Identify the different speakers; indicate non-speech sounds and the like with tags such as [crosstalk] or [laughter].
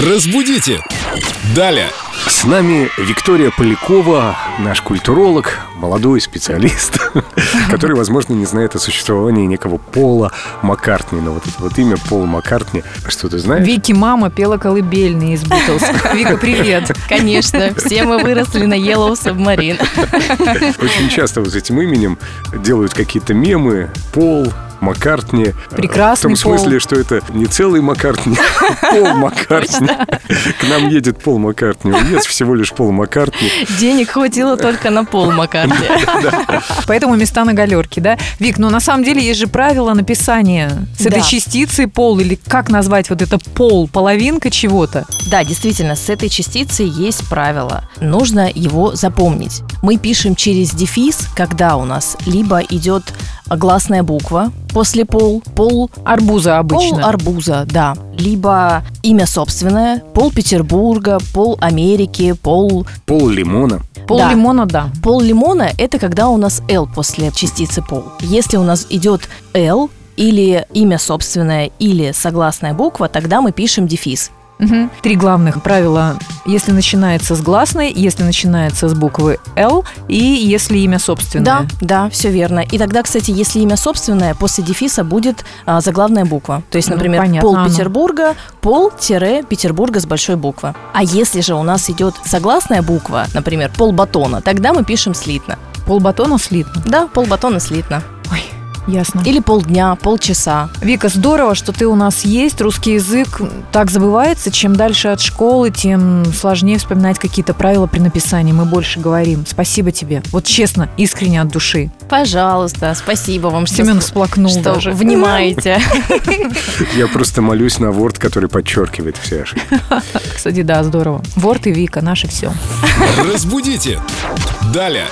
Speaker 1: Разбудите! Далее!
Speaker 2: С нами Виктория Полякова, наш культуролог, молодой специалист, [laughs] который, возможно, не знает о существовании некого Пола Маккартни. Но вот это вот имя Пол Маккартни, что ты знаешь?
Speaker 3: Вики мама пела колыбельные из
Speaker 4: [laughs]
Speaker 3: Битлз. Вика, привет.
Speaker 4: Конечно, все мы выросли на Yellow Submarine.
Speaker 2: Очень часто вот с этим именем делают какие-то мемы. Пол, Маккартни. А,
Speaker 3: Прекрасный
Speaker 2: В том смысле, что это не целый Маккартни, а Пол Маккартни. К нам едет Пол Маккартни. У нас всего лишь Пол Маккартни.
Speaker 4: Денег хватило только на пол Маккартни.
Speaker 3: Поэтому места на галерке, да? Вик, но на самом деле есть же правило написания с этой
Speaker 4: Да.
Speaker 3: частицей пол, или как назвать вот это пол, половинка чего-то.
Speaker 4: Да, действительно, с этой частицей есть правило. Нужно его запомнить. Мы пишем через дефис, когда у нас либо идет гласная буква после пол, пол
Speaker 3: Арбуза обычно.
Speaker 4: Пол арбуза, да. Либо имя собственное, пол Петербурга, пол Америки, пол...
Speaker 2: Пол Лимона.
Speaker 3: Пол
Speaker 4: Да.
Speaker 3: лимона, да.
Speaker 4: Пол лимона – это когда у нас «л» после частицы «пол». Если у нас идет «л», или имя собственное, или согласная буква, тогда мы пишем дефис.
Speaker 3: Мгм. Три главных правила. Если начинается с гласной, если начинается с буквы Л и если имя собственное.
Speaker 4: Да, да, все верно. И тогда, кстати, если имя собственное, после дефиса будет а, заглавная буква. То есть,
Speaker 3: Ну,
Speaker 4: например,
Speaker 3: понятно,
Speaker 4: пол
Speaker 3: оно.
Speaker 4: Петербурга, пол-Петербурга с большой буквы. А если же у нас идет согласная буква, например, пол батона, тогда мы пишем слитно.
Speaker 3: Пол батона слитно.
Speaker 4: Да, пол батона слитно.
Speaker 3: Ясно.
Speaker 4: Или полдня, полчаса.
Speaker 3: Вика, здорово, что ты у нас есть. Русский язык так забывается. Чем дальше от школы, тем сложнее вспоминать какие-то правила при написании. Мы больше говорим. Спасибо тебе. Вот честно, искренне от души.
Speaker 4: Пожалуйста, спасибо вам, что,
Speaker 3: Семен всплакнул
Speaker 4: что
Speaker 3: даже.
Speaker 4: внимаете.
Speaker 2: Я просто молюсь на Word, который подчеркивает все ошибки.
Speaker 3: Кстати, да, здорово. Ворт и Вика, наше все.
Speaker 1: Разбудите! Далее!